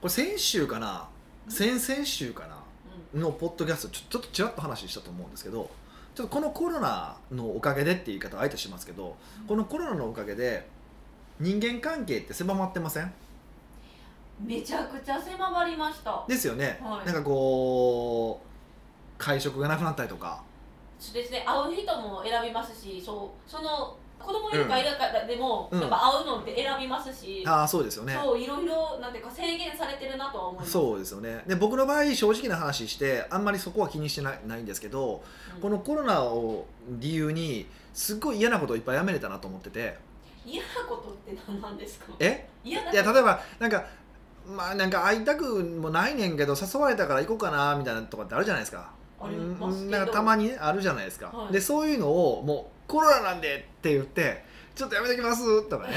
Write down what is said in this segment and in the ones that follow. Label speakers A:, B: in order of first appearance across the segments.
A: これ先週かな先々週かなのポッドキャストちょちょっとちらっと話したと思うんですけどちょっとこのコロナのおかげでっていう言い方はあえてしますけどこのコロナのおかげで人間関係って狭まってません
B: めちゃくちゃ狭まりました
A: ですよね、
B: はい
A: なんかこう会食がなくなったりとか
B: そうですね会う人も選びますしそうその子供いるかいなかでも、
A: うん
B: やっぱ会うのって選びますし、
A: ああそうですよね
B: そういろいろなんていうか制限されてるなとは思います
A: そうですよねで僕の場合正直な話してあんまりそこは気にしてないないんですけど
B: うん
A: このコロナを理由にすっごい嫌なことをいっぱいやめれたなと思ってて
B: 嫌なことって何なんですか
A: え
B: 嫌ない
A: や例えばなんかまあなんか会いたくもないねんけど誘われたから行こうかなみたいなとかってあるじゃないですか
B: あります
A: う
B: け
A: ん
B: ど
A: なんかたまにねあるじゃないですか、
B: はい
A: でそういうのをもうコロナなんでって言ってちょっとやめてきますとか ね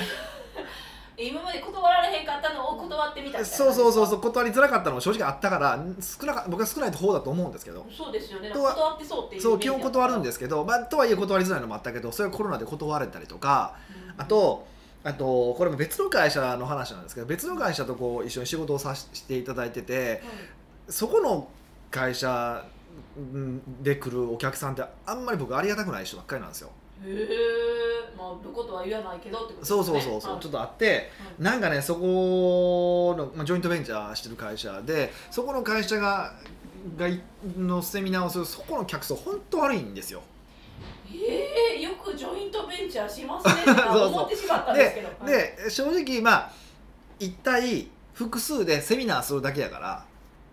B: 今まで断られへんかったのを断ってみたみたいな
A: そうそうそうそう断りづらかったのも正直あったから少なか僕は少ない方だと思うんですけど
B: そうですよね
A: とは
B: 断ってそうっていう、
A: そう基本断るんですすけど、まあ、とはいえ断りづらいのもあったけどそれはコロナで断れたりとか
B: うん
A: あとあとこれも別の会社の話なんですけど別の会社とこう一緒に仕事をさせていただいててそこの会社うんで来るお客さんってあんまり僕ありがたくない人ばっかりなんですよ。
B: うんへえまあどことは言わないけどってことです
A: そ
B: ね
A: うそうそうそう、
B: はい
A: ちょっとあって
B: はい
A: なんかねそこの、まあ、ジョイントベンチャーしてる会社でそこの会社ががいのセミナーをするそこの客層本当悪いんですよ。
B: ええよくジョイントベンチャーしますねって 思ってしまったんですけ
A: で
B: どはい
A: で正直まあ一体複数でセミナーするだけやから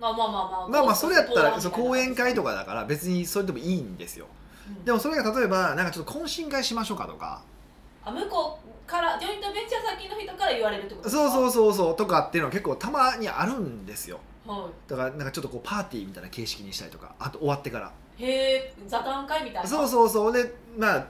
B: まあまあまあまあ
A: まあまあそれやったらそう講演会と
B: か、
A: かだから別にそれでもいいんですよ
B: うん
A: でもそれが例えばなんかちょっと懇親会しましょうかとか
B: あ向こうからジョイントベンチャー先の人から言われるってことです
A: そう
B: か
A: そううそうそうとかっていうのは結構たまにあるんですよ
B: そう、は
A: だからなんかちょっとこうパーティーみたいな形式にしたりとかあと終わってか
B: い、へえ座談会みたい
A: ら
B: な
A: そうそうそうでまあ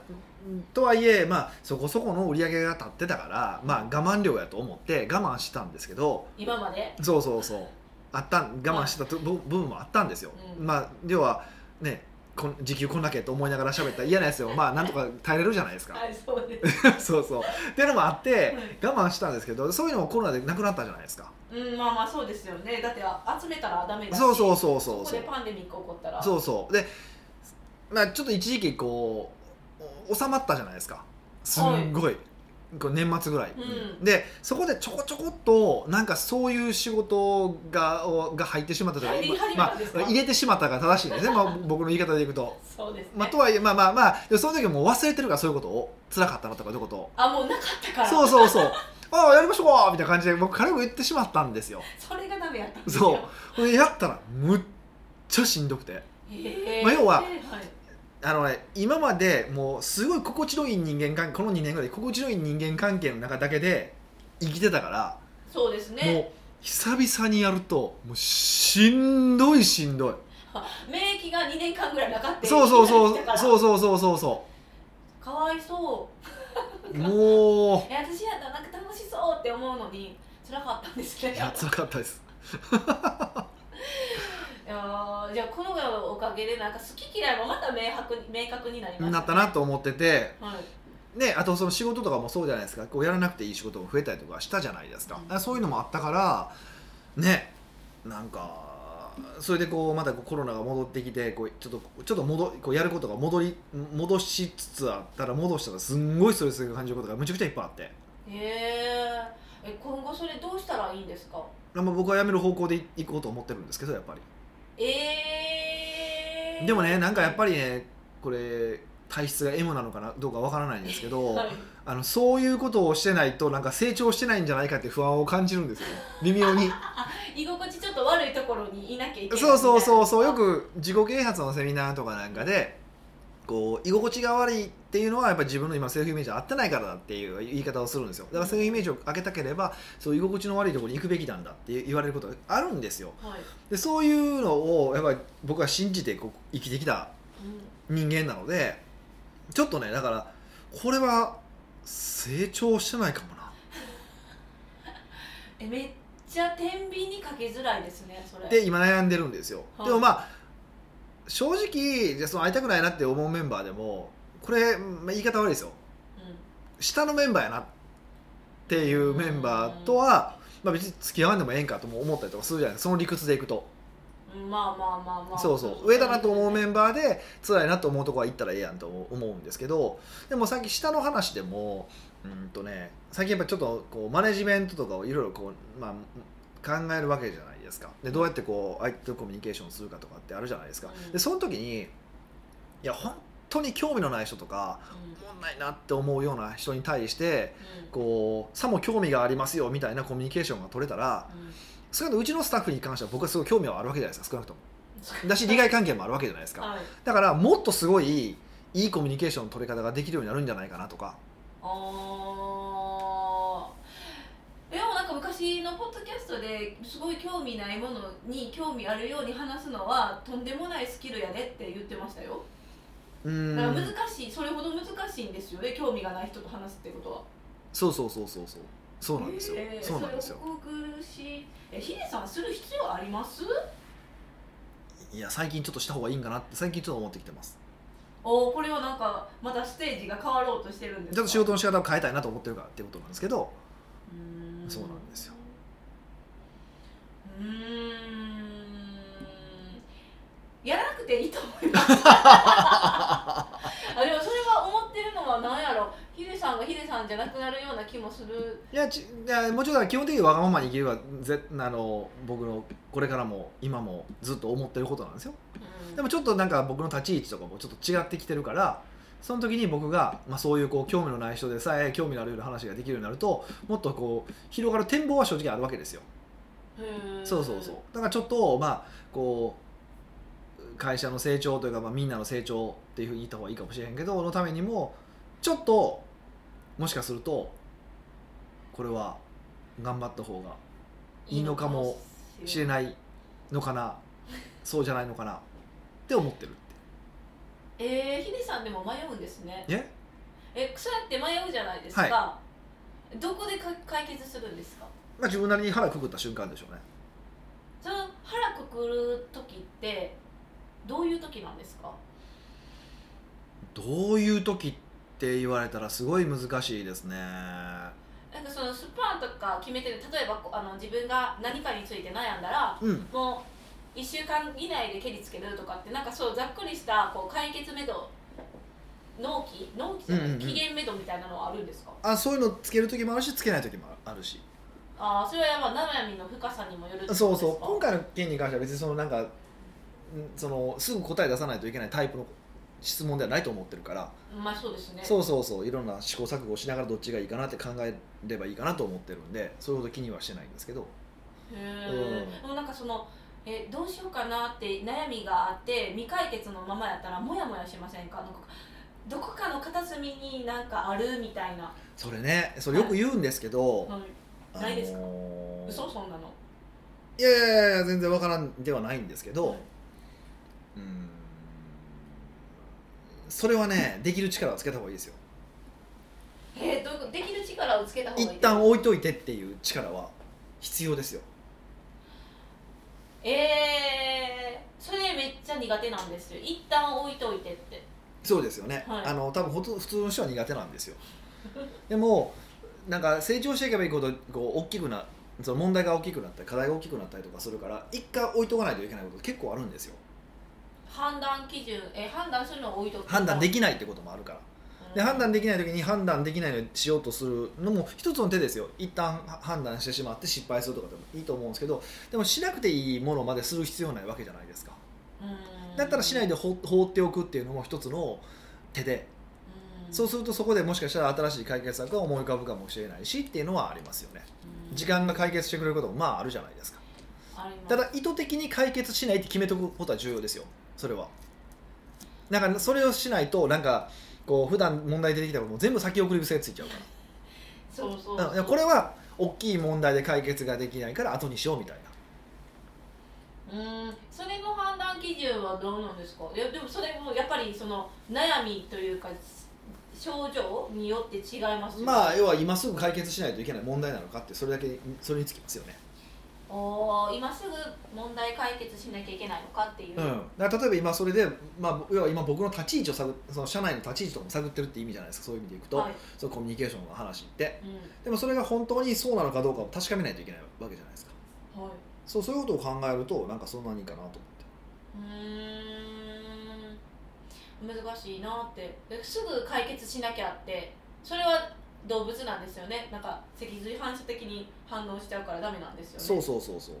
A: とはいえまあそこそこの売り上げが立ってたからまあ我慢量やと思って我慢したんですけど
B: 今まで
A: そうそうそうあったん我慢してたと部部分もあったんですよ、
B: うん
A: まあ要はねこん時給こんだけと思いながら喋ったら嫌なやつよまあなんとか耐えれるじゃないですか
B: はいそうで す、
A: そうそうっていうのもあっ
B: は
A: て
B: い
A: 我慢したんですけどそういうのもコロナでなくなったじゃないですか
B: うんまあまあそうですよねだってあ集めたらダメだし
A: そうそうそうそう
B: ここ
A: そ
B: で
A: う
B: パンデミック起こったら
A: そうそうでまあちょっと一時期こうお収まったじゃないですかすんごい、こう年末ぐらい、
B: うん
A: でそこでちょこちょこっとなんかそういう仕事がをが入ってしまったというか
B: 入り始め
A: ま
B: た
A: あ
B: んですか
A: 入れてしまったが正しいんですね、まあ、僕の言い方でいくと。
B: そうですね、
A: まあ、とはいえまあまあまあでもその時はもう忘れてるからそういうことを辛かったなとかどういうことを
B: あもうなかったから
A: そうそうそう。ああやりましょうかみたいな感じで僕軽く言ってしまったんですよ。
B: それがダメやったんです
A: そ
B: よ
A: う。でやったらむっちゃしんどくて。
B: へえ
A: まあ要は
B: はい、
A: あのね、今までもうすごい心地のいい人間関係この2年ぐらい心地のいい人間関係の中だけで生きてたから、
B: そうです
A: も
B: ね
A: う久々にやるともうしんどいしんどい
B: 免疫が2年間ぐらいなかった
A: そうそうそうそううそうそうそうそ
B: かわいそ
A: う
B: う
A: もう
B: え私やったらなんか楽しそうって思うのに辛かったんですけど
A: いや辛かったです
B: いやーじゃあこのおかげでなんか好き嫌いもまた明白に明確になりましたね
A: なったなと思ってて
B: はい
A: ね、あとその仕事とかもそうじゃないですかこうやらなくていい仕事も増えたりとかしたじゃないですか、
B: うん
A: そういうのもあったからねなんかそれでこうまたこうコロナが戻ってきてこうちょっとちょっと戻こうやることが戻り戻しつつあったら戻したらすんごいストレスが感じることがむちゃくちゃいっぱいあって、
B: へーえ今後それどうしたらいいんですか
A: まあ、僕は辞める方向でいいこうと思ってるんですけどやっぱり
B: えー、
A: でもねなんかやっぱ
B: り
A: りねこれ体質が M なのかなどうかわからないんですけ ど、
B: はい、
A: あのそういうことをしてないとなんか成長してないんじゃないかって不安を感じるんですよ微妙に。
B: 居心地ちょっと悪いところにいなきゃいけないみたい
A: そう
B: な
A: そうそうそうよく自己啓発のセミナーとかなんかでこう居心地が悪いっていうのはやっぱり自分の今セルフイメージ合ってないからだっていう言い方をするんですよだからセルフイメージを上げたければそう居心地の悪いところに行くべきなんだって言われることがあるんですよ
B: はい、
A: でそういうのをやっぱり僕は信じてこう生きてきた
B: うん
A: 人間なのでちょっとねだからこれは成長してないかもな
B: えめっちゃ天秤にかけづらいですねそれ
A: で今悩んでるんですよ、
B: はい
A: でもまあ正直じゃあその会いたくないなって思うメンバーでもこれ、まあ、言い方悪いですよ
B: う
A: 下のメンバーやなっていうメンバーとはまあ、別に付き合わんでもええんかとも思ったりとかするじゃないその理屈でいくと
B: うんまあまあまあまあ
A: そうそう上だなと思うメ
B: ン
A: ンバーで辛いなと思うとこは行ったらええやんと思うんですけどでもさっき下の話でもうんとね最近やっぱちょっとこうマネジメントとかをいろいろこう、まあ、考えるわけじゃないですかでどうやってこう相手とコミュニケーションするかとかってあるじゃないですか
B: うん
A: でその時にいや本当に興味のない人とかおもんないなって思うような人に対してこうさも興味がありますよみたいなコミュニケーションが取れたら少なくともうちのスタッフに関しては僕はすごい興味はあるわけじゃないですか少なくともだし利害関係もあるわけじゃないですか
B: はい
A: だからもっとすごいいいコミュニケーションの取り方ができるようになるんじゃないかなとか
B: あーでもなんか昔のポッドキャストですごい興味ないものに興味あるように話すのはとんでもないスキルやねって言ってましたよ
A: う
B: だから
A: ん
B: 難しいそれほど難しいんですよね興味がない人と話すってことは
A: そうそうそうそうそうそうなんですよ、
B: えー
A: そうなんですよ
B: それを克服しえヒデさんする必要あります
A: いや最近ちょっとした方がいいんかなって最近ちょっと思ってきてます
B: おーこれはなんかまたステージが変わろうとしてるんです
A: ちょ
B: か
A: っと仕事の仕方を変えたいなと思ってるからっていうことなんですけど
B: うー
A: そうなんですよ
B: うーんやらなくていいと思います あでもそれは思ってるのは何やろヒデさんがヒデさんじゃなくなるような気もする
A: いやちいやもちろん基本的にわがままに生きるはぜあの僕のこれからも今もずっと思ってることなんですよ
B: うん
A: でもちょっとなんか僕の立ち位置とかもちょっと違ってきてるからその時に僕が、まあ、そういうこう興味のない人でさえ興味のあるような話ができるようになるともっとこう広がる展望は正直あるわけですよ、
B: へー
A: そうそうそうだからちょっとまあこう会社の成長というか、まあ、みんなの成長っていうふうに言った方がいいかもしれへんけどのためにもちょっともしかするとこれは頑張った方がいいのかもしれ
B: い
A: ないのかなそうじゃないのかなって思ってるって
B: えーヒデさんでも迷うんですね
A: え
B: えそうやって迷うじゃないですか、どこでか解決するんですか
A: まあ、自分なりに腹くくった瞬間でしょうね
B: その腹くくる時ってどういう時なんですか
A: どういう時って言われたらすごい難しいですね
B: なんかそのスパンとか決めてる例えばこあの自分が何かについて悩んだら
A: うん
B: もう1週間以内でけりつけるとかってなんかそうざっくりしたこう解決メド納期納期じゃない、
A: うんうんうん
B: 期限メドみたいなのはあるんですか
A: あそういうのつける時もあるしつけない時もあるし
B: ああそれはやっぱ悩みの深さにもよるってこと
A: そう
B: ですか
A: そう今回の件に関しては別にそのなんかんそのすぐ答え出さないといけないタイプの質問ではないと思ってるから
B: まあそうですね
A: そうそうそういろんな試行錯誤しながらどっちがいいかなって考えればいいかなと思ってるんでそういうほど気にはしてないんですけど
B: へ
A: うん
B: ーでもなんかそのえどうしようかなって悩みがあって未解決のままやったらモヤモヤしませんかなんかどこかの片隅になんかあるみたいな、
A: それねそれよく言うんですけど、
B: うん、
A: あのー
B: ないですか嘘そんなの
A: いやいやいや全然わからんではないんですけど、
B: はいう
A: ーんそれはねできる力をつけた方がいいですよ
B: えー、どういうことできる力をつけた方がいい
A: 一旦置いといてっていう力は必要ですよ
B: えー、それめっちゃ苦手なんですよ一旦置いといてって
A: そうですよね、
B: はい
A: あの多分ほと普通の人は苦手なんですよ でもなんか成長していけばいいほどこう大きくなその問題が大きくなったり課題が大きくなったりとかするから一回置いとかないといけないこと結構あるんですよ
B: 判断基準え判断するのを置いとく
A: 判断で
B: き、
A: きないってこともあるから
B: うん
A: で判断できない時に判断できないのにしようとするのも一つの手ですよ一旦は判断してしまって失敗するとかでもいいと思うんですけどでもしなくていいものまでする必要ないわけじゃないですか
B: うん
A: だったらしないで放放っておくっていうのも一つの手で
B: うん
A: そうするとそこでもしかしたら新しい解決策が思い浮かぶかもしれないしっていうのはありますよね
B: うん
A: 時間が解決してくれることもまああるじゃないですか
B: あります
A: ただ意図的に解決しないって決めとくことは重要ですよそれはなんかそれをしないとなんかこう普段問題出てきたことも全部先送り癖ついちゃうから
B: そうそう
A: うんいやこれは大きい問題で解決ができないから後にしようみたいな
B: うんそれの判断基準はどうなんですかいやでもそれもやっぱりその悩みというか症状によって違いますよね
A: まあ要は今すぐ解決しないといけない問題なのかってそれだけそれにつきますよね
B: あおー今すぐ問題解決しなきゃいけないのかっていう、
A: うん、だから例えば今それで、まあ、要は今僕の立ち位置を探その社内の立ち位置とかも探ってるって意味じゃないですかそういう意味でいくと、
B: はい
A: そのコミュニケーションの話って
B: うん
A: でもそれが本当にそうなのかどうかを確かめないといけないわけじゃないですか
B: はい、
A: そうそういうことを考えるとなんかそんなにいいかなと思って
B: うーん難しいなってですぐ解決しなきゃってそれは動物なんですよねなんか脊髄反射的に反応しちゃうからダメなんですよね
A: そうそうそうそう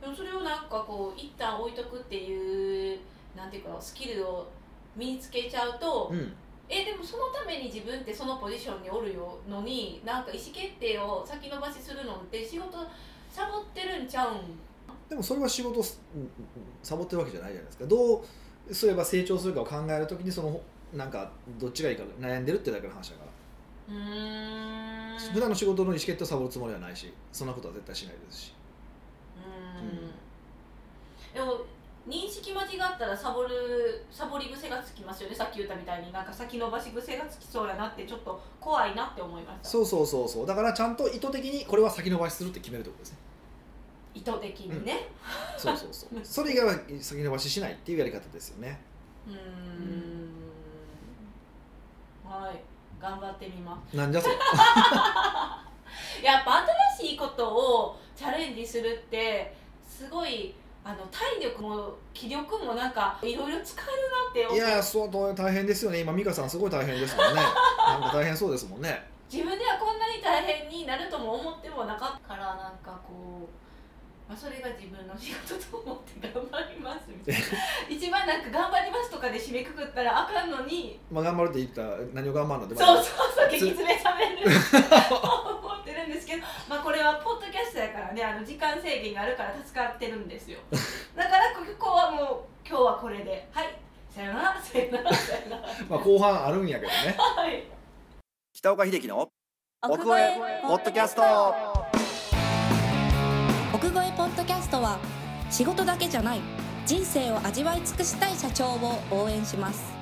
B: でもそれをなんかこう一旦置いとくっていうなんていうかスキルを身につけちゃうと、
A: うん
B: えでもそのために自分ってそのポジションにおるよのになんか意思決定を先延ばしするのって仕事サボってるんちゃうん
A: でもそれは仕事をうんうんうんサボってるわけじゃないじゃないですかどうすれば成長するかを考えるときにそのなんかどっちがいいか悩んでるってだけの話だから、
B: うーん
A: 普段の仕事の意思決定をサボるつもりはないしそんなことは絶対しないですし
B: うーんでも認識間違ったらサボるサボり癖がつきますよねさっき言ったみたいになんか先延ばし癖がつきそうやなってちょっと怖いなって思いました
A: そうそうそうそうだからちゃんと意図的にこれは先延ばしするって決めるってことですね
B: 意図的にね
A: そうそう そうそれ以外は先延ばししないっていうやり方ですよね
B: うーんはい頑張ってみま
A: なんじゃそれ
B: すやっぱ新しいことをチャレンジするってすごいあの体力も気力もなんかいろいろ使えるなって
A: い
B: 思う
A: やー相当大変ですよね今美香さんすごい大変ですもんねなんか大変そうですもんね
B: 自分ではこんなに大変になるとも思ってもなかったからなんかこう、まあ、それが自分の仕事と思って頑張りますみたいな一番なんか頑張りますとかで締めくくったらあかんのに
A: まあ頑張るって言ったら何を頑張るのって
B: そう
A: まあ
B: そうそう激詰めされる思ってるんですけど、まあ、これはポッドキャストやからねあの時間制限があるから助かってるんですよだからここはもう今日はこれではいさよならさよならさよなら
A: まあ後半あるんやけどね
B: はい
A: 北岡秀樹の
C: 奥越えポッドキャスト奥越えポッドキャストは仕事だけじゃない人生を味わい尽くしたい社長を応援します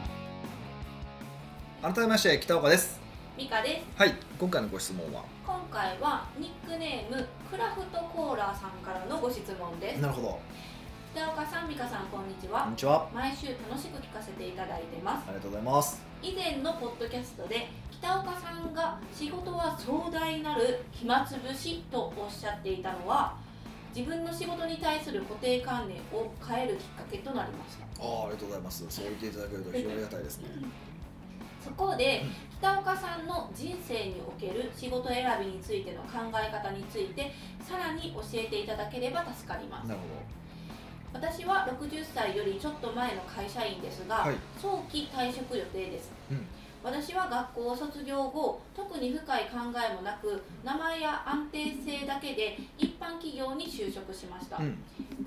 A: 改めまして北岡です
B: ミカです
A: はい今回のご質問は
B: 今回はニックネームクラフトコーラさんからのご質問です
A: なるほど
B: 北岡さん美香さんこんにち
A: こん
B: は
A: にちは
B: 毎週楽しく聞かせていただいてま
A: あ
B: す
A: りがとうございます
B: 以前のポッドキャストで北岡さんが仕事は壮大なる暇つぶしとおっしゃっていたのは自分の仕事に対する固定観念を変えるきっかけとなりました
A: あーありがとうございますそう言っていただけると非常にありがたいですね
B: そこで北岡さんの人生における仕事選びについての考え方についてさらに教えていただければ助かります
A: なる
B: 私は60歳よりちょっと前の会社員ですが、
A: ほどはい
B: 早期退職予定です、
A: うん
B: 私は学校を卒業後特に深い考えもなく名前や安定性だけで一般企業に就職しました、
A: うん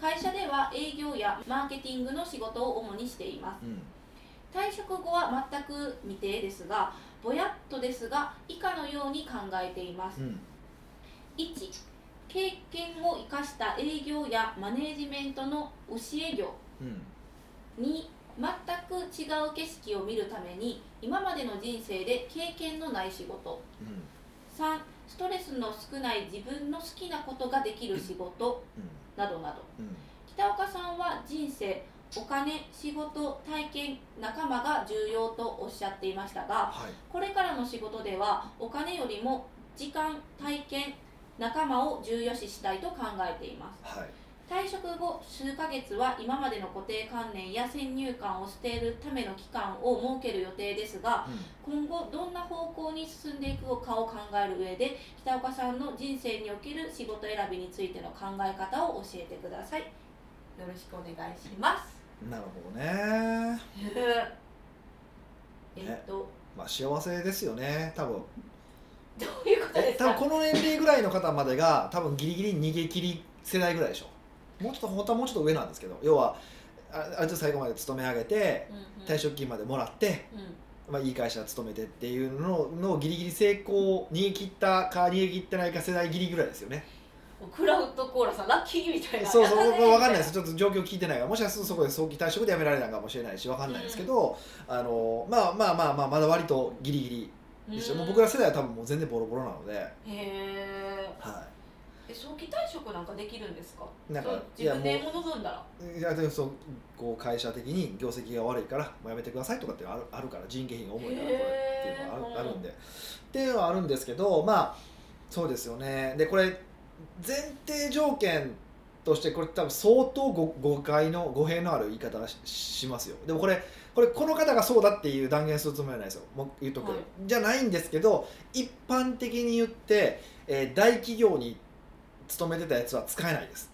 B: 会社では営業やマーケティングの仕事を主にしています
A: うん
B: 退職後は全く未定ですがぼやっとですが以下のように考えています
A: うん
B: 1経験を生かした営業やマネージメントの教え業
A: うん
B: 2全く違う景色を見るために今までの人生で経験のない仕事
A: うん
B: 3ストレスの少ない自分の好きなことができる仕事などなど
A: うんうん
B: 北岡さんは人生お金仕事体験仲間が重要とおっしゃっていましたが
A: はい
B: これからの仕事ではお金よりも時間体験仲間を重要視したいと考えています
A: はい
B: 退職後数ヶ月は今までの固定観念や先入観を捨てるための期間を設ける予定ですが
A: うん
B: 今後どんな方向に進んでいくかを考える上で北岡さんの人生における仕事選びについての考え方を教えてくださいよろしくお願いし ます
A: なるほどね
B: えっと
A: まあ幸せですよね多分
B: どういうこと
A: え
B: です
A: 多
B: か
A: 分この年齢ぐらいの方までが多分ギリギリ逃げ切り世代ぐらいでしょもうちょっと本当はもうちょっと上なんですけど要はあある程度最後まで勤め上げて
B: うんうん
A: 退職金までもらって、
B: うん
A: まあ、いい会社勤めてっていうののギリギリ成功逃げ切ったか逃げ切ってないか世代ギリぐらいですよね
B: クラウドコーラさんラッキーみたいな
A: そうそう、
B: やったね
A: 僕は分かんないです、ちょっと状況聞いてないから、もしかするとそこで早期退職で辞められたのかもしれないし、分かんないですけど、あのまあまあまあまあ、まだ割とギリギリ
B: み
A: で
B: た
A: すよ、
B: いな
A: もう僕ら世代は多分もう全然ボロボロなので、
B: へえ
A: は
B: え早期退職なんかできるんですか
A: なんか
B: そう
A: い
B: 自
A: や
B: 分で望んだら
A: いやでもそうこう会社的に業績が悪いからもうやめてくださいとかっていうのあるあるから人件費が重いからこれっていうのがあ
B: へー
A: るあるんでっていうのはあるんですけどまあそうですよねでこれ前提条件としてこれ多分相当ご誤解の語弊のある言い方ししますよでもこれこれこの方がそうだっていう断言するつもりはないですよもう言っとく、
B: はい
A: じゃないんですけど一般的に言って、えー大企業に勤めてたやつは使えないです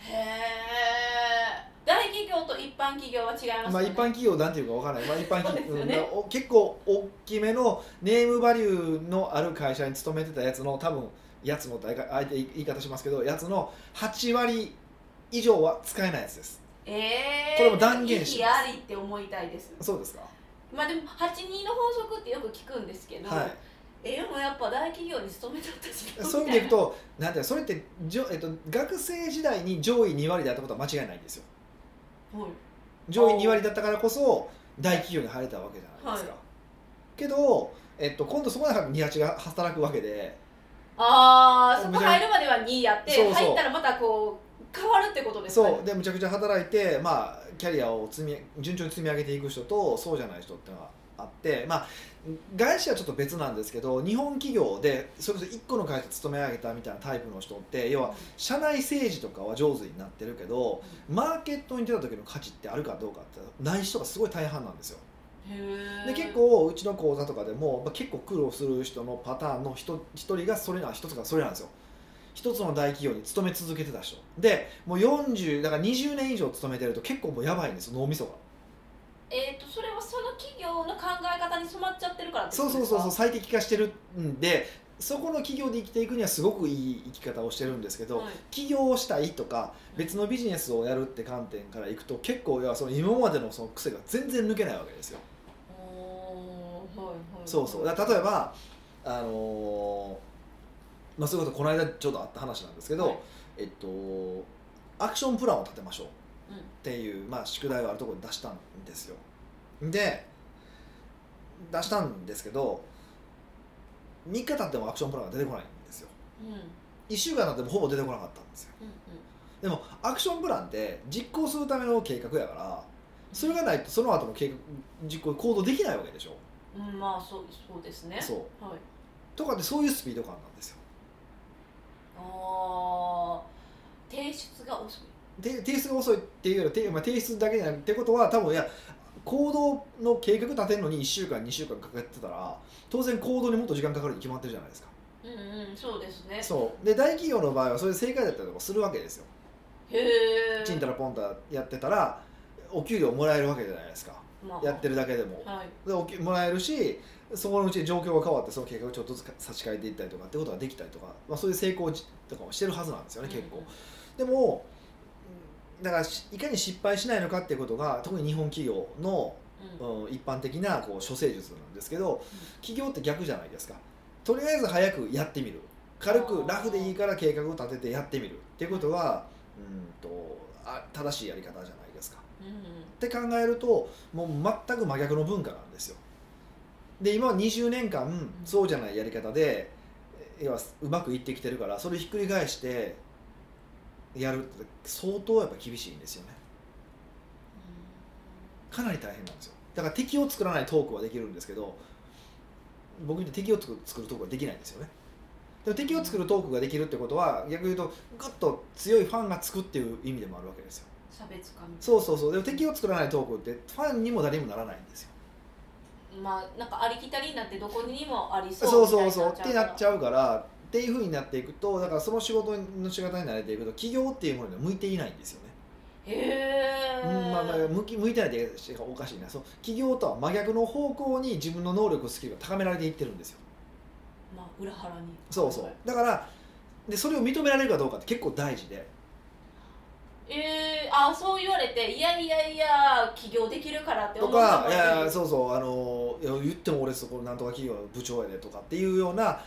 B: へえ大企業と一般企業は違います
A: まあ、一
B: よね、
A: 般企業なんていうかわからない、まあ、一般企
B: そうです
A: 業、
B: よね
A: うんお結構大きめのネームバリューのある会社に勤めてたやつの多分やつも大概あえて言い方しますけどやつの8割以上は使えないやつです
B: ええ
A: これも断言します
B: 意義ありって思いたいです
A: そうですか
B: まあでも82の法則ってよく聞くんですけど、
A: はい
B: えでもやっぱ大企業に勤めとったし
A: そういう意味でいくとなんていうのそれってじょ、えっと、学生時代に上位2割であったことは間違いないんですよ
B: はい
A: 上位2割だったからこそ大企業に入れたわけじゃないですか、
B: は
A: けど、えっと、今度そこで28が働くわけで
B: ああそ
A: め
B: こ
A: ちゃめちゃ
B: 入るまでは2位やって
A: そうそう
B: 入ったらまたこう変わるってことですかね
A: そうでむちゃくちゃ働いて、まあ、キャリアを積み順調に積み上げていく人とそうじゃない人っていうのがあって、まあ、外資はちょっと別なんですけど日本企業でそれこそ1個の会社勤め上げたみたいなタイプの人って要は社内政治とかは上手になってるけどマーケットに出た時の価値ってあるかどうかってない人がすごい大半なんですよ。
B: へー
A: で結構うちの講座とかでも、まあ、結構苦労する人のパターンの一一人がそれな一つがそれなんですよ一つの大企業に勤め続けてた人でもう40だから20年以上勤めてると結構もうやばいんですよ脳みそが
B: えっ、とそれはその企業の考え方に染まっちゃってるからってこ
A: そう
B: と
A: そ
B: で
A: う
B: すか
A: そうそう最適化してるんでそこの企業で生きていくにはすごくいい生き方をしてるんですけど、
B: はい
A: 起業をしたいとか別のビジネスをやるって観点からいくと結構要はその今までのその癖が全然抜けないわけですよ
B: おーはいはい
A: そうそうだから例えばあのーまあそういうことこの間ちょっとあった話なんですけど、
B: はい
A: えっとアクションプランを立てましょう
B: うん
A: っていう、まあ、宿題をあるところに出したんですよで出したんですけど3日経ってもアクションプランが出てこないんですよ
B: うんうん
A: 1週間経ってもほぼ出てこなかったんですよ
B: うん
A: でもアクションプランって実行するための計画やからそれがないとその後の計画実行行動できないわけでしょ
B: うんまあそうそうですね
A: そう
B: はい
A: とかってそういうスピード感なんですよ
B: あー提出が遅い
A: で提出が遅いっていうよりて、まあ、提出だけじゃなくてってことは多分いや行動の計画立てるのに1週間2週間かかってたら当然行動にもっと時間かかるに決まってるじゃないですか
B: うんうんそうですね
A: そうで大企業の場合はそれで正解だったりとかするわけですよ
B: へえ
A: ちんたらぽんたらやってたらお給料もらえるわけじゃないですか
B: まあ
A: やってるだけでも
B: はい
A: でお給もらえるしそこのうち状況が変わってその計画をちょっとずつ差し替えていったりとかってことができたりとか、まあ、そういう成功じとかをしてるはずなんですよね結構、でもだからしいかに失敗しないのかっていうことが特に日本企業の、
B: うん
A: うん、一般的なこう処世術なんですけど企業って逆じゃないですかとりあえず早くやってみる軽く
B: あー
A: ラフでいいから計画を立ててやってみるっていうことはうんとあ正しいやり方じゃないですか
B: うんうん
A: って考えるともう全く真逆の文化なんですよで今は20年間そうじゃないやり方でえ要はうまくいってきてるからそれひっくり返してやるって相当やっぱ厳しいんですよねかなり大変なんですよだから敵を作らないトークはできるんですけど僕にとって敵を作る作るトークはできないんですよねでも敵を作るトークができるってことは逆に言うとグッと強いファンがつくっていう意味でもあるわけですよ
B: 差別化
A: そうそうそうでも敵を作らないトークってファンにも誰にもならないんですよ
B: まあなんかありきたりになってどこにもありそう
A: そうそうそうってなっち
B: ゃう
A: ゃうからっていうふうになっていくとだからその仕事の仕方に慣れていくと企業っていうものには向いていないんですよね、
B: へえ
A: うんまあまあ、向き向いてないって言い方がおかしいなそう企業とは真逆の方向に自分の能力スキルが高められていってるんですよ
B: まあ裏腹に
A: そうそうだからでそれを認められるかどうかって結構大事で
B: えー、あそう言われていやいやいや起業できるからって
A: と
B: 思う人も
A: かいやいや
B: う
A: そうそうあのいや言っても俺そこなんとか企業の部長やでとかっていうような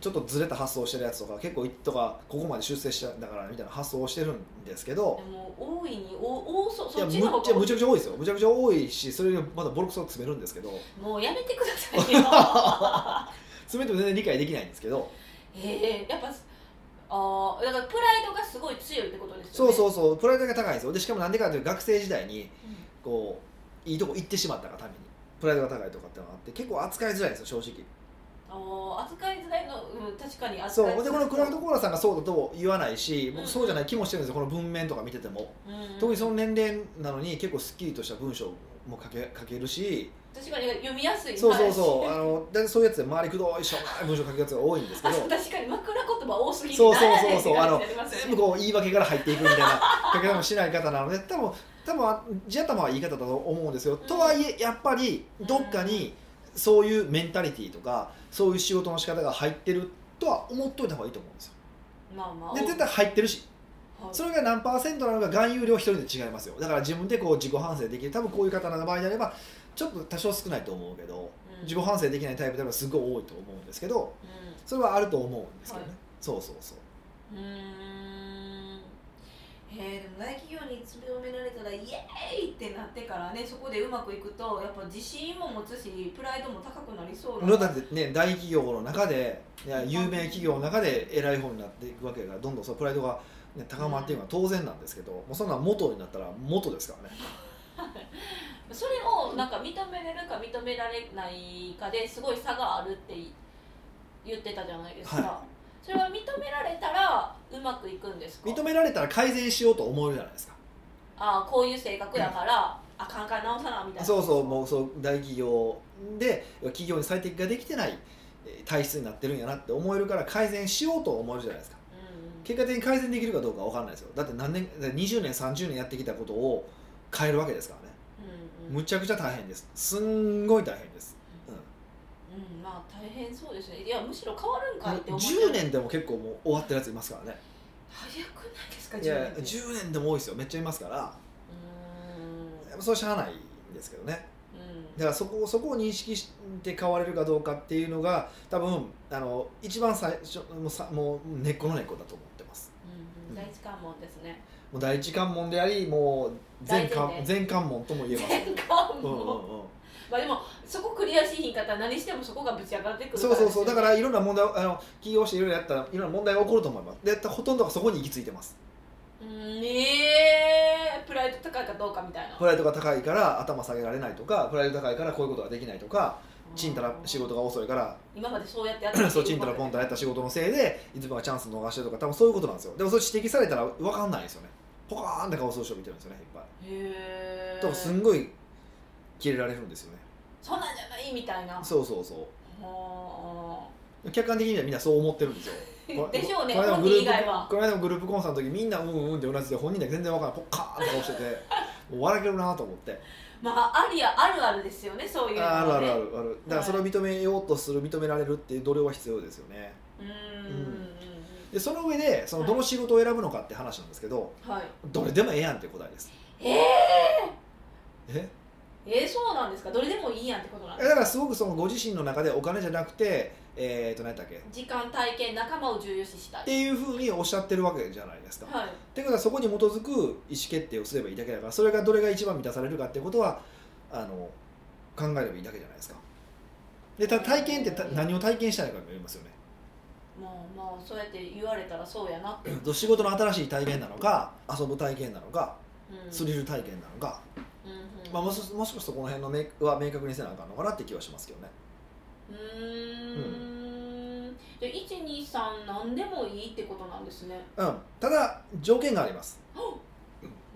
A: ちょっとずれた発想をしてるやつとか結構いとかここまで出世したんだからみたいな発想をしてるんですけど
B: でも大いにお多そう
A: い
B: そ
A: や
B: っ
A: む
B: ちの方
A: っちゃ
B: が
A: むちゃくちゃ多いですよむちゃくちゃ多いしそれにまだボロクソ詰めるんですけど
B: もうやめてくだ さいよ
A: 詰めても全然理解できないんですけど
B: えー、やっぱああだからプライドがすごい強いってことです
A: そう
B: よね
A: そううそうプライドが高いんですよでしかもなんでかというと学生時代に
B: ん
A: こういいとこ行ってしまったがためにプライドが高いとかってのがあって結構扱いづらいんですよ正直
B: ああ扱いづらいの、うん、確かに扱いづらい
A: そうでこのクラウドコーラさんがそうだと言わないし
B: うん
A: 僕そうじゃない気もしてるんですよこの文面とか見てても
B: うん
A: 特にその年齢なのに結構すっきりとした文章も書け書けるし
B: 確かに読みやすい
A: そうそうそう
B: はい
A: あのだいたいそういうやつで周りくどいしょうもない文章書くやつが多いんですけど
B: あ 確かに枕言葉多すぎて
A: そうそうそうそう
B: な
A: あ
B: んや
A: の
B: ねんって感じになりますよ
A: 全
B: ね
A: 部こう言い訳から入っていくみたいな書き方もしない方なので 多分多分あ地頭はいい方だと思うんですよ、
B: ん
A: とはいえやっぱりどっかにそういうメンタリティーとかそういう仕事の仕方が入ってるとは思っといた方がいいと思うんですよ
B: まあまあ
A: で絶対入ってるし
B: はい
A: それが何パーセントなのか含有量一人で違いますよだから自分でこう自己反省できる多分こういう方の場合であればちょっと多少少ないと思うけど
B: うん
A: 自己反省できないタイプであればすごい多いと思うんですけど
B: うん
A: それはあると思うんですけどね、
B: は
A: そうそうそう
B: うーんえー、でも大企業に詰められたらイエーイってなってからねそこでうまくいくとやっぱ自信も持つしプライドも高くなりそう
A: だ
B: な
A: ってね大企業の中でいや有名企業の中で偉い方になっていくわけだからどんどんそのプライドが、ね、高まっていくのは当然なんですけど、もうそんなん元になったら元ですからね
B: それをなんか認めれるか認められないかですごい差があるって言ってたじゃないですか、
A: は
B: それは認められたらうまくいくんですか
A: 認められたら改善しようと思うじゃないですか
B: ああこういう性格やから、あ考え直さなみたいな
A: そうそうもうそう大企業で企業に最適ができてないえー体質になってるんやなって思えるから改善しようと思うじゃないですか
B: うん
A: 結果的に改善できるかどうかわかんないですよだって何年だって20年30年やってきたことを変えるわけですからね
B: うんうん
A: むちゃくちゃ大変ですすんごい大変です、うん
B: うんまあ大変そうですねいやむしろ変わるんかいって思って
A: 10年でも結構もう終わってるやついますからね
B: 早くないですか
A: いや
B: 10年って
A: 10年でも多いですよめっちゃいますからやっぱそれはしゃあないんですけどね
B: うーんうん
A: だからそこをそこを認識して変われるかどうかっていうのが多分あの一番最初もうさもう根っこの根っこだと思ってます
B: うんうん第一関門ですね
A: もう第一関門でありもう全関
B: 大前提
A: 全関門とも言え ます
B: 全関
A: うんうん
B: 門
A: うん
B: まあでもそこクリアしひんかったら何してもそこがぶち上がってくる
A: そうそうそうだから
B: ら
A: いろんな問題をあの起業していろいろやったらいろんな問題が起こると思いますでほとんどがそこに行き着いてます
B: うんえープライド高いかどうかみたいな
A: プライドが高いから頭下げられないとかプライド高いからこういうことができないとかちんたら仕事が遅いから
B: 今までそうやってやって
A: そうちんたらポンタやった仕事のせいでいつもがチャンス逃してるとか多分そういうことなんですよでもそれ指摘されたら分かんないですよねポカーンって顔する人見てるんですよねいっぱい
B: へえ
A: 多分すんごいキレられるんですよね
B: そんなんじゃないみたいな
A: そうそうそう
B: は
A: 客観的にはみんなそう思ってるんですよ
B: でしょうね
A: この間も
B: 本
A: グループ
B: 人以外は
A: この間もグループコンサートの時みんなうんうんって同じで本人だけ全然分からないポカーンって顔してて もう笑けるなと思って
B: あまあありやあるあるですよねそういうの
A: あ
B: は
A: あるある
B: ね
A: あるあるだからそれを認めようとする認められるっていう努力は必要ですよね
B: うーん
A: うん
B: うん
A: でその上でそのどの仕事を選ぶのかって話なんですけど、
B: うんはい
A: どれでもええやんっていう答えです
B: えー
A: え
B: えー、そうなんですかどれでもいいやんってことなんです
A: だ
B: か
A: からすごくそのご自身の中でお金じゃなくてえっ、と何やったっけっ
B: 時間体験仲間を重要視したい
A: ていうふうにおっしゃってるわけじゃないですか、
B: はい
A: ってことはそこに基づく意思決定をすればいいだけだからそれがどれが一番満たされるかってことはあの考えればいいだけじゃないですかでた体験ってた何を体験したいかにもよりますよね
B: もうもうそうやって言われたらそうやなって、
A: ど仕事の新しい体験なのか遊ぶ体験なのか
B: うん、
A: スリル体験なのか、
B: うんうん、
A: まあ、もしもしかしたらこの辺のめは明確にせなあかんのかなって気はしますけどね
B: うーんで123何でもいいってことなんですね
A: うんただ条件があります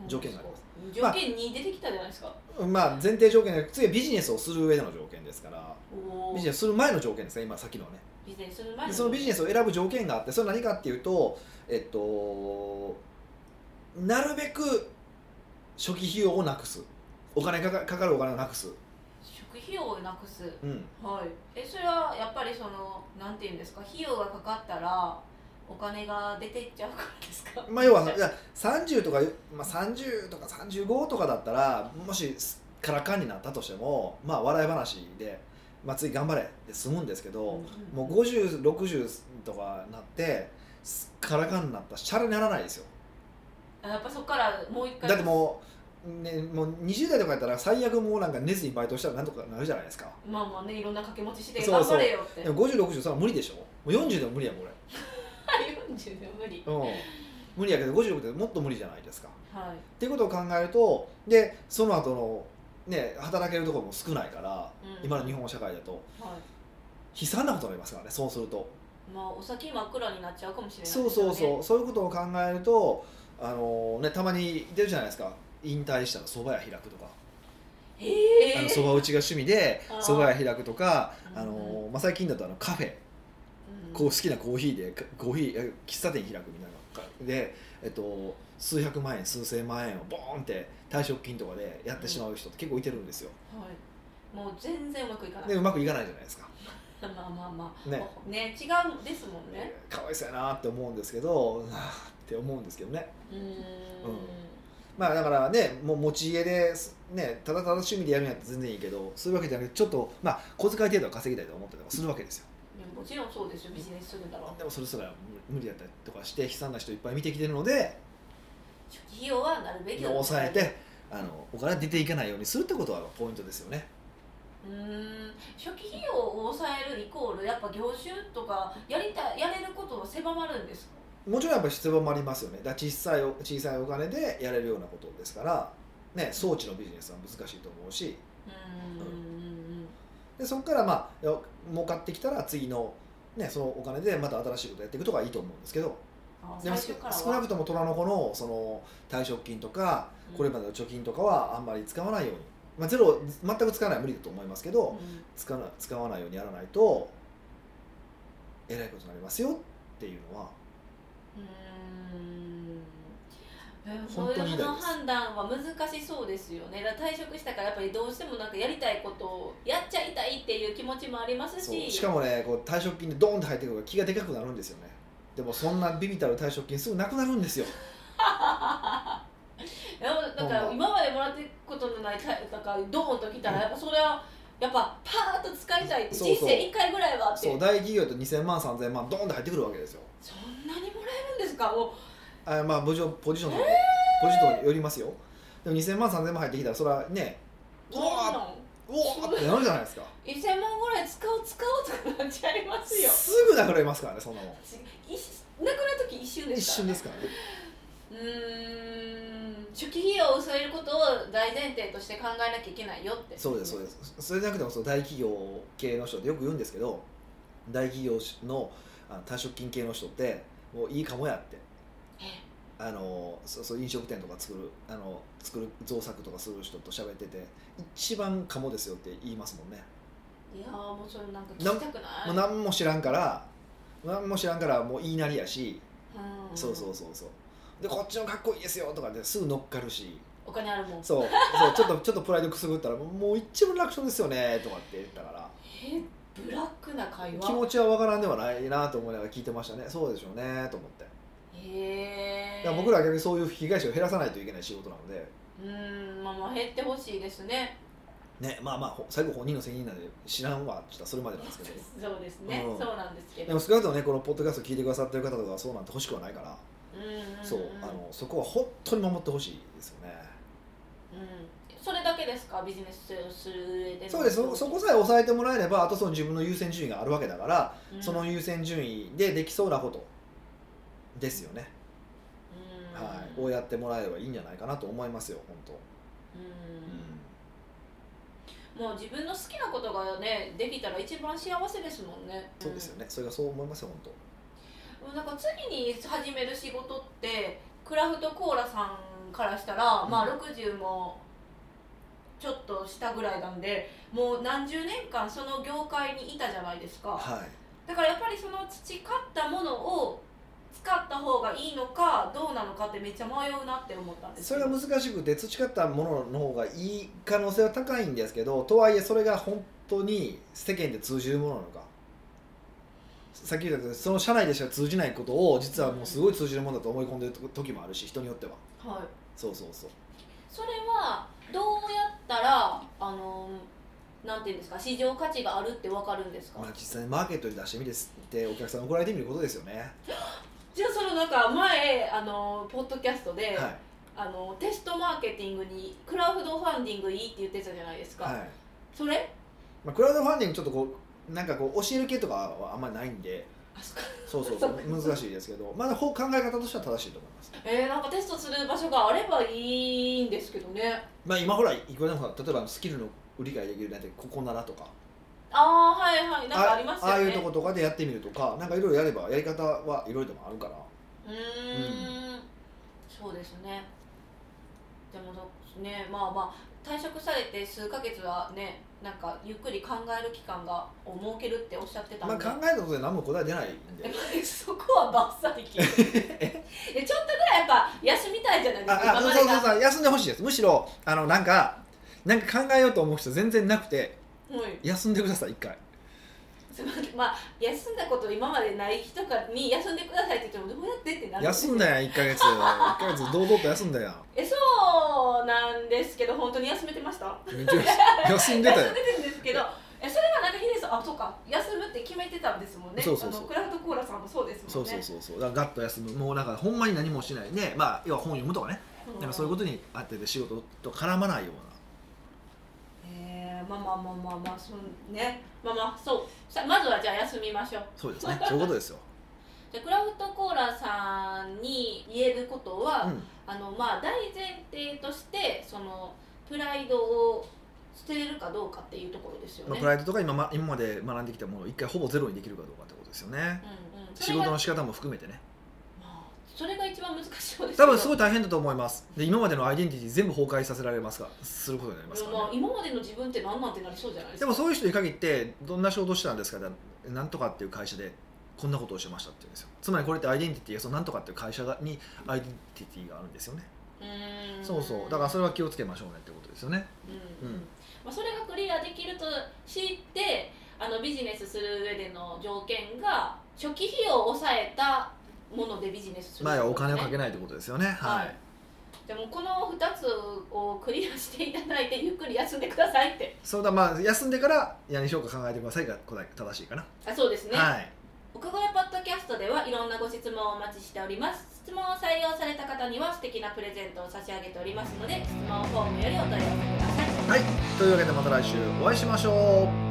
A: 条件があります
B: 条件に出てきたじゃないですか、
A: まあ、前提条件で次はビジネスをする上での条件ですから
B: おー
A: ビジネスする前の条件ですね今さっきのはね
B: ビジネスする前
A: で
B: に
A: そのビジネスを選ぶ条件があってそれは何かっていうとえっとなるべく初期費用をなくすお金かかかかるお金をなくす、
B: 食費用をなくす
A: うん、
B: はいえそれはやっぱりそのなんていうんですか費用がかかったらお金が出てっちゃうからですか
A: まあ要はいや30とか、まあ、30とか35とかだったらもしすからかんになったとしてもまあ笑い話で、まあ、次頑張れって済むんですけど、
B: うん
A: もう5060とかなってすっからかんになったらシャレにならないですよ
B: あやっぱそこからもう一回
A: だってもう,、ね、もう20代とかやったら最悪もうなんか寝ずにバイトしたらなんとかなるじゃないですか
B: まあまあねいろんな掛け持ちして
A: そう
B: 頑
A: そう
B: 張れよって
A: でも5060それは無理でしょもう40でも無理やもん俺
B: 40で無理
A: うん、無理やけど56ってもっと無理じゃないですか。っ
B: はい
A: ていうことを考えるとでその後のね働けるところも少ないから、
B: うん
A: 今の日本社会だと
B: はい
A: 悲惨なことになりますからねそうすると、
B: まあお先真っ暗になっちゃうかもしれないですよ
A: そう
B: ね
A: そうそうそういうことを考えるとあの、ね、たまに出るじゃないですか引退したら蕎麦屋開くとか
B: へえ
A: あの蕎麦打ちが趣味で
B: あー
A: 蕎麦屋開くとかあ
B: うん
A: の、まあ、最近だとあのカフェこう好きなコーヒーでかコーヒーえ喫茶店開くみたいなので、えっと、数百万円数千万円をボーンって退職金とかでやってしまう人って結構いてるんですよ
B: うんはいもう全然うまくいかない
A: でうまくいかないじゃないですか
B: まあまあまあ
A: ね
B: もうね違うんですもんね
A: かわいそうやなって思うんですけどなあって思うんですけどね
B: うーん
A: まあだからねもう持ち家で、ね、ただただ趣味でやるんやったら全然いいけどそういうわけじゃなくてちょっとまあ小遣い程度は稼ぎたいと思ったりとかするわけですよ
B: もちろんそうですよビジネスするんだろう
A: でもそれすら無理だったりとかして悲惨な人いっぱい見てきてるので
B: 初期費用はなるべきだと
A: 抑えてあのお金出ていかないようにするってことはポイントですよね
B: うーん初期費用を抑えるイコールやっぱ業種とかやりたいやれることは狭まるんですか
A: もちろんやっぱ必要もありますよねだから小さいお小さいお金でやれるようなことですから、ね、装置のビジネスは難しいと思うし
B: うーん
A: でそこからまあよ儲かってきたら次の、ね、そのお金でまた新しいことやっていくとかいいと思うんですけど
B: あ
A: でも
B: 最
A: 少
B: 初からは
A: 少なくとも虎の子のその退職金とかこれまでの貯金とかはあんまり使わないように、まあ、ゼロ全く使わないのは無理だと思いますけど、
B: うん
A: 使わな使わないようにやらないとえらいことになりますよっていうのは
B: うーんえ
A: 本当に痛
B: そ
A: いです
B: の判断は難しそうですよねだから退職したからやっぱりどうしてもなんかやりたいことをやっちゃいたいっていう気持ちもあります
A: そう
B: し
A: しかもねこう退職金でドーンって入ってくるから気がでかくなるんですよねでもそんなビビたる退職金すぐなくなるんですよ
B: いやだから今までもらってことのないタイなんかドーンときたらやっぱそれはやっぱパーッと使いたいって
A: そう
B: 人
A: そう
B: 生1回ぐらいはって
A: そう大企業と2000万3000万ドーンって入ってくるわけですよ
B: そんなにもらえるんですかも
A: あまあポジションポジションとかポジションによりますよでも2000万3000万入ってきたらそれはね
B: う
A: うわ
B: どんどん
A: ーうわーってなるじゃないですか
B: 1000万ぐらい使おう使おうとかなっちゃいますよ
A: すぐなくなりますからねそんなもん
B: 一なくなる時一瞬で
A: 一
B: すか
A: 瞬
B: ら
A: ですからね
B: うーん初期費用を抑えることを大前提として考えなきゃいけないよって
A: そうですそうですすそれじゃなくてもその大企業系の人ってよく言うんですけど大企業のあの退職金系の人ってもういいかもやってあのそそう飲食店とか作るあの作る造作とかする人と喋ってて一番かもですよって言いますもんね、
B: いやーもうそれなんか聞きたくない
A: もう何も知らんから何も知らんからもう言いなりやし、
B: うん
A: そうそうそうそうでこっちのかっこいいですよとかですぐ乗っかるし
B: お金あるもん
A: そうそうちょっとちょっとプライドくすぐったらもう一番楽勝ですよねとかって言ったから
B: えブラックな会
A: 気
B: 話
A: 持ちはわからんではないなと思いながら聞いてましたねそうでしょうねと思って
B: へえ
A: だから僕らは逆にそういう被害者を減らさないといけない仕事なので、
B: うーんまあまあ減ってほしいですね
A: ね、まあまあほ最後本人の責任なんで知らんわちょっとそれまでなんですけど
B: そうですね、
A: うん
B: そうなんですけ
A: で
B: ど
A: も少なくともねこのポッドキャスト聞いてくださってる方とかはそうなんて欲しくはないから、
B: うんうんうん
A: そうあのそこは本当に守ってほしいですよね、
B: うんそれだけですかビジネスをする上での
A: そうですそそこさえ抑えてもらえればあとその自分の優先順位があるわけだから、
B: うん
A: その優先順位でできそうなことですよね、
B: うん
A: はい、をやってもらえればいいんじゃないかなと思いますよ本当、
B: うんもう自分の好きなことがねできたら一番幸せですもんね
A: そうですよね、それがそう思いますよ本
B: うん、なんか次に始める仕事ってクラフトコーラさんからしたら、
A: うん
B: まあ60もちょっとしたぐらいなんでもう何十年間その業界にいたじゃないですか、
A: 当はい
B: だからやっぱりその培ったものを使った方がいいのかどうなのかってめっちゃ迷うなって思ったんです
A: それが難しくて培ったものの方がいい可能性は高いんですけどとはいえそれが本当に世間で通じるものなのかさっき言ったけどその社内でしか通じないことを実はもうすごい通じるものだと思い込んでる時もあるし人によっては
B: はい、
A: そうそうそう
B: それはどうやったらあのなんていうんですか市場価値があるってわかるんですか、
A: まあ実際にマーケットに出してみてってお客さんに怒られてみることですよね
B: じゃあそのなんか前あのポッドキャストで、
A: はい
B: あのテストマーケティングにクラウドファンディングいいって言ってたじゃないですか、
A: はい、
B: それ
A: まあ、クラウドファンディングちょっとこうなんかこう教える系とかはあんまりないんで
B: あそっか
A: そうそうそう 難しいですけどまだほ考え方としては正しいと思います
B: えー、なんかテストする場所があればいいんですけどね
A: まあ今ほらいくらでもほら例えばスキルの売りができるなんてここならとか
B: ああはいはいなんかありますよね
A: ああいうとことかでやってみるとかなんかいろいろやればやり方はいろいろでもあるから
B: うーんそうですねでもどねまあまあ退職されて数ヶ月はねなんかゆっくり考える期間がを設けるっておっしゃってた
A: まあ
B: んで、
A: 考えたことで何も答え出ないん
B: やっ
A: で
B: ぱりそこはバッサリ切 るいやちょっとぐらいやっぱ休みたいじゃないですか
A: ああ
B: 今
A: そう
B: ま
A: そうそう
B: でが
A: そう休んでほしいですむしろあのなんかなんか考えようと思う人全然なくて
B: はい
A: 休んでください一回
B: すいませんまあ休んだこと今までない人かに休んでくださいって言ってもどうやってってなるです
A: 休んだやん1ヶ月1ヶ月堂々と休んだやん
B: えそうなんですけど本当に休めてました
A: めっちゃ休んでたよ
B: 休んでるんですけどえそれはなんかヒデさんあそうか休むって決めてたんですもんね
A: そうそうそう
B: あのクラフトコーラさんもそうです
A: そ
B: もん
A: う
B: ね
A: そうそうそうだからガッと休むもうなんかほんまに何もしないねまあ要は本読むとかね
B: うん
A: なんかそういうことにあってて仕事と絡まないよう
B: えーまあまあまあまあまあそうねまあまあそうさまずはじゃあ休みましょう
A: なそうです ねそういうことですよ、
B: じゃあクラフトコーラさんに言えることは、
A: うん、
B: あのまあ大前提としてそのプライドを捨てれるかどうかっていうところですよ
A: まあ、
B: ね
A: プライドとか今ま今まで学んできたものを一回ほぼゼロにできるかどうかってことですよね
B: うんうんそ
A: 仕
B: れが
A: 事の仕方も含めてね
B: まあそれが一番難しいそうですけ
A: 多
B: ど
A: 分すごい大変だと思いますで今までのアイデンティティ全部崩壊させられますかすることになりますか
B: ま
A: ら、
B: あ
A: ね、
B: 今までの自分って何なんてなりそうじゃないです
A: で
B: か
A: もそういう人に限ってどんな仕事をしてたんですかだなんとかっていう会社でこんなことをしてましたって言うんですよつまりこれってアイデンティティがそのなんとかっていう会社がにアイデンティティがあるんですよね
B: うーん
A: そうそうだからそれは気をつけましょうねってことですよね
B: うん
A: うん
B: まあ、それがクリアできると知ってあのビジネスする上での条件が初期費用を抑えたものでビジネスする
A: 前はお金をか
B: る
A: けないってことですよねはい、
B: はいでもこの2つをクリアしていただいてゆっくり休んでくださいって
A: そうだまあ休んでから何しようか考えてくださいが答え正しいかな、
B: あそうですね、
A: はい
B: 奥越ポッドキャストではいろんなご質問をお待ちしております質問を採用された方には素敵なプレゼントを差し上げておりますので質問フォームよりお問い合わせください
A: はい、というわけでまた来週お会いしましょう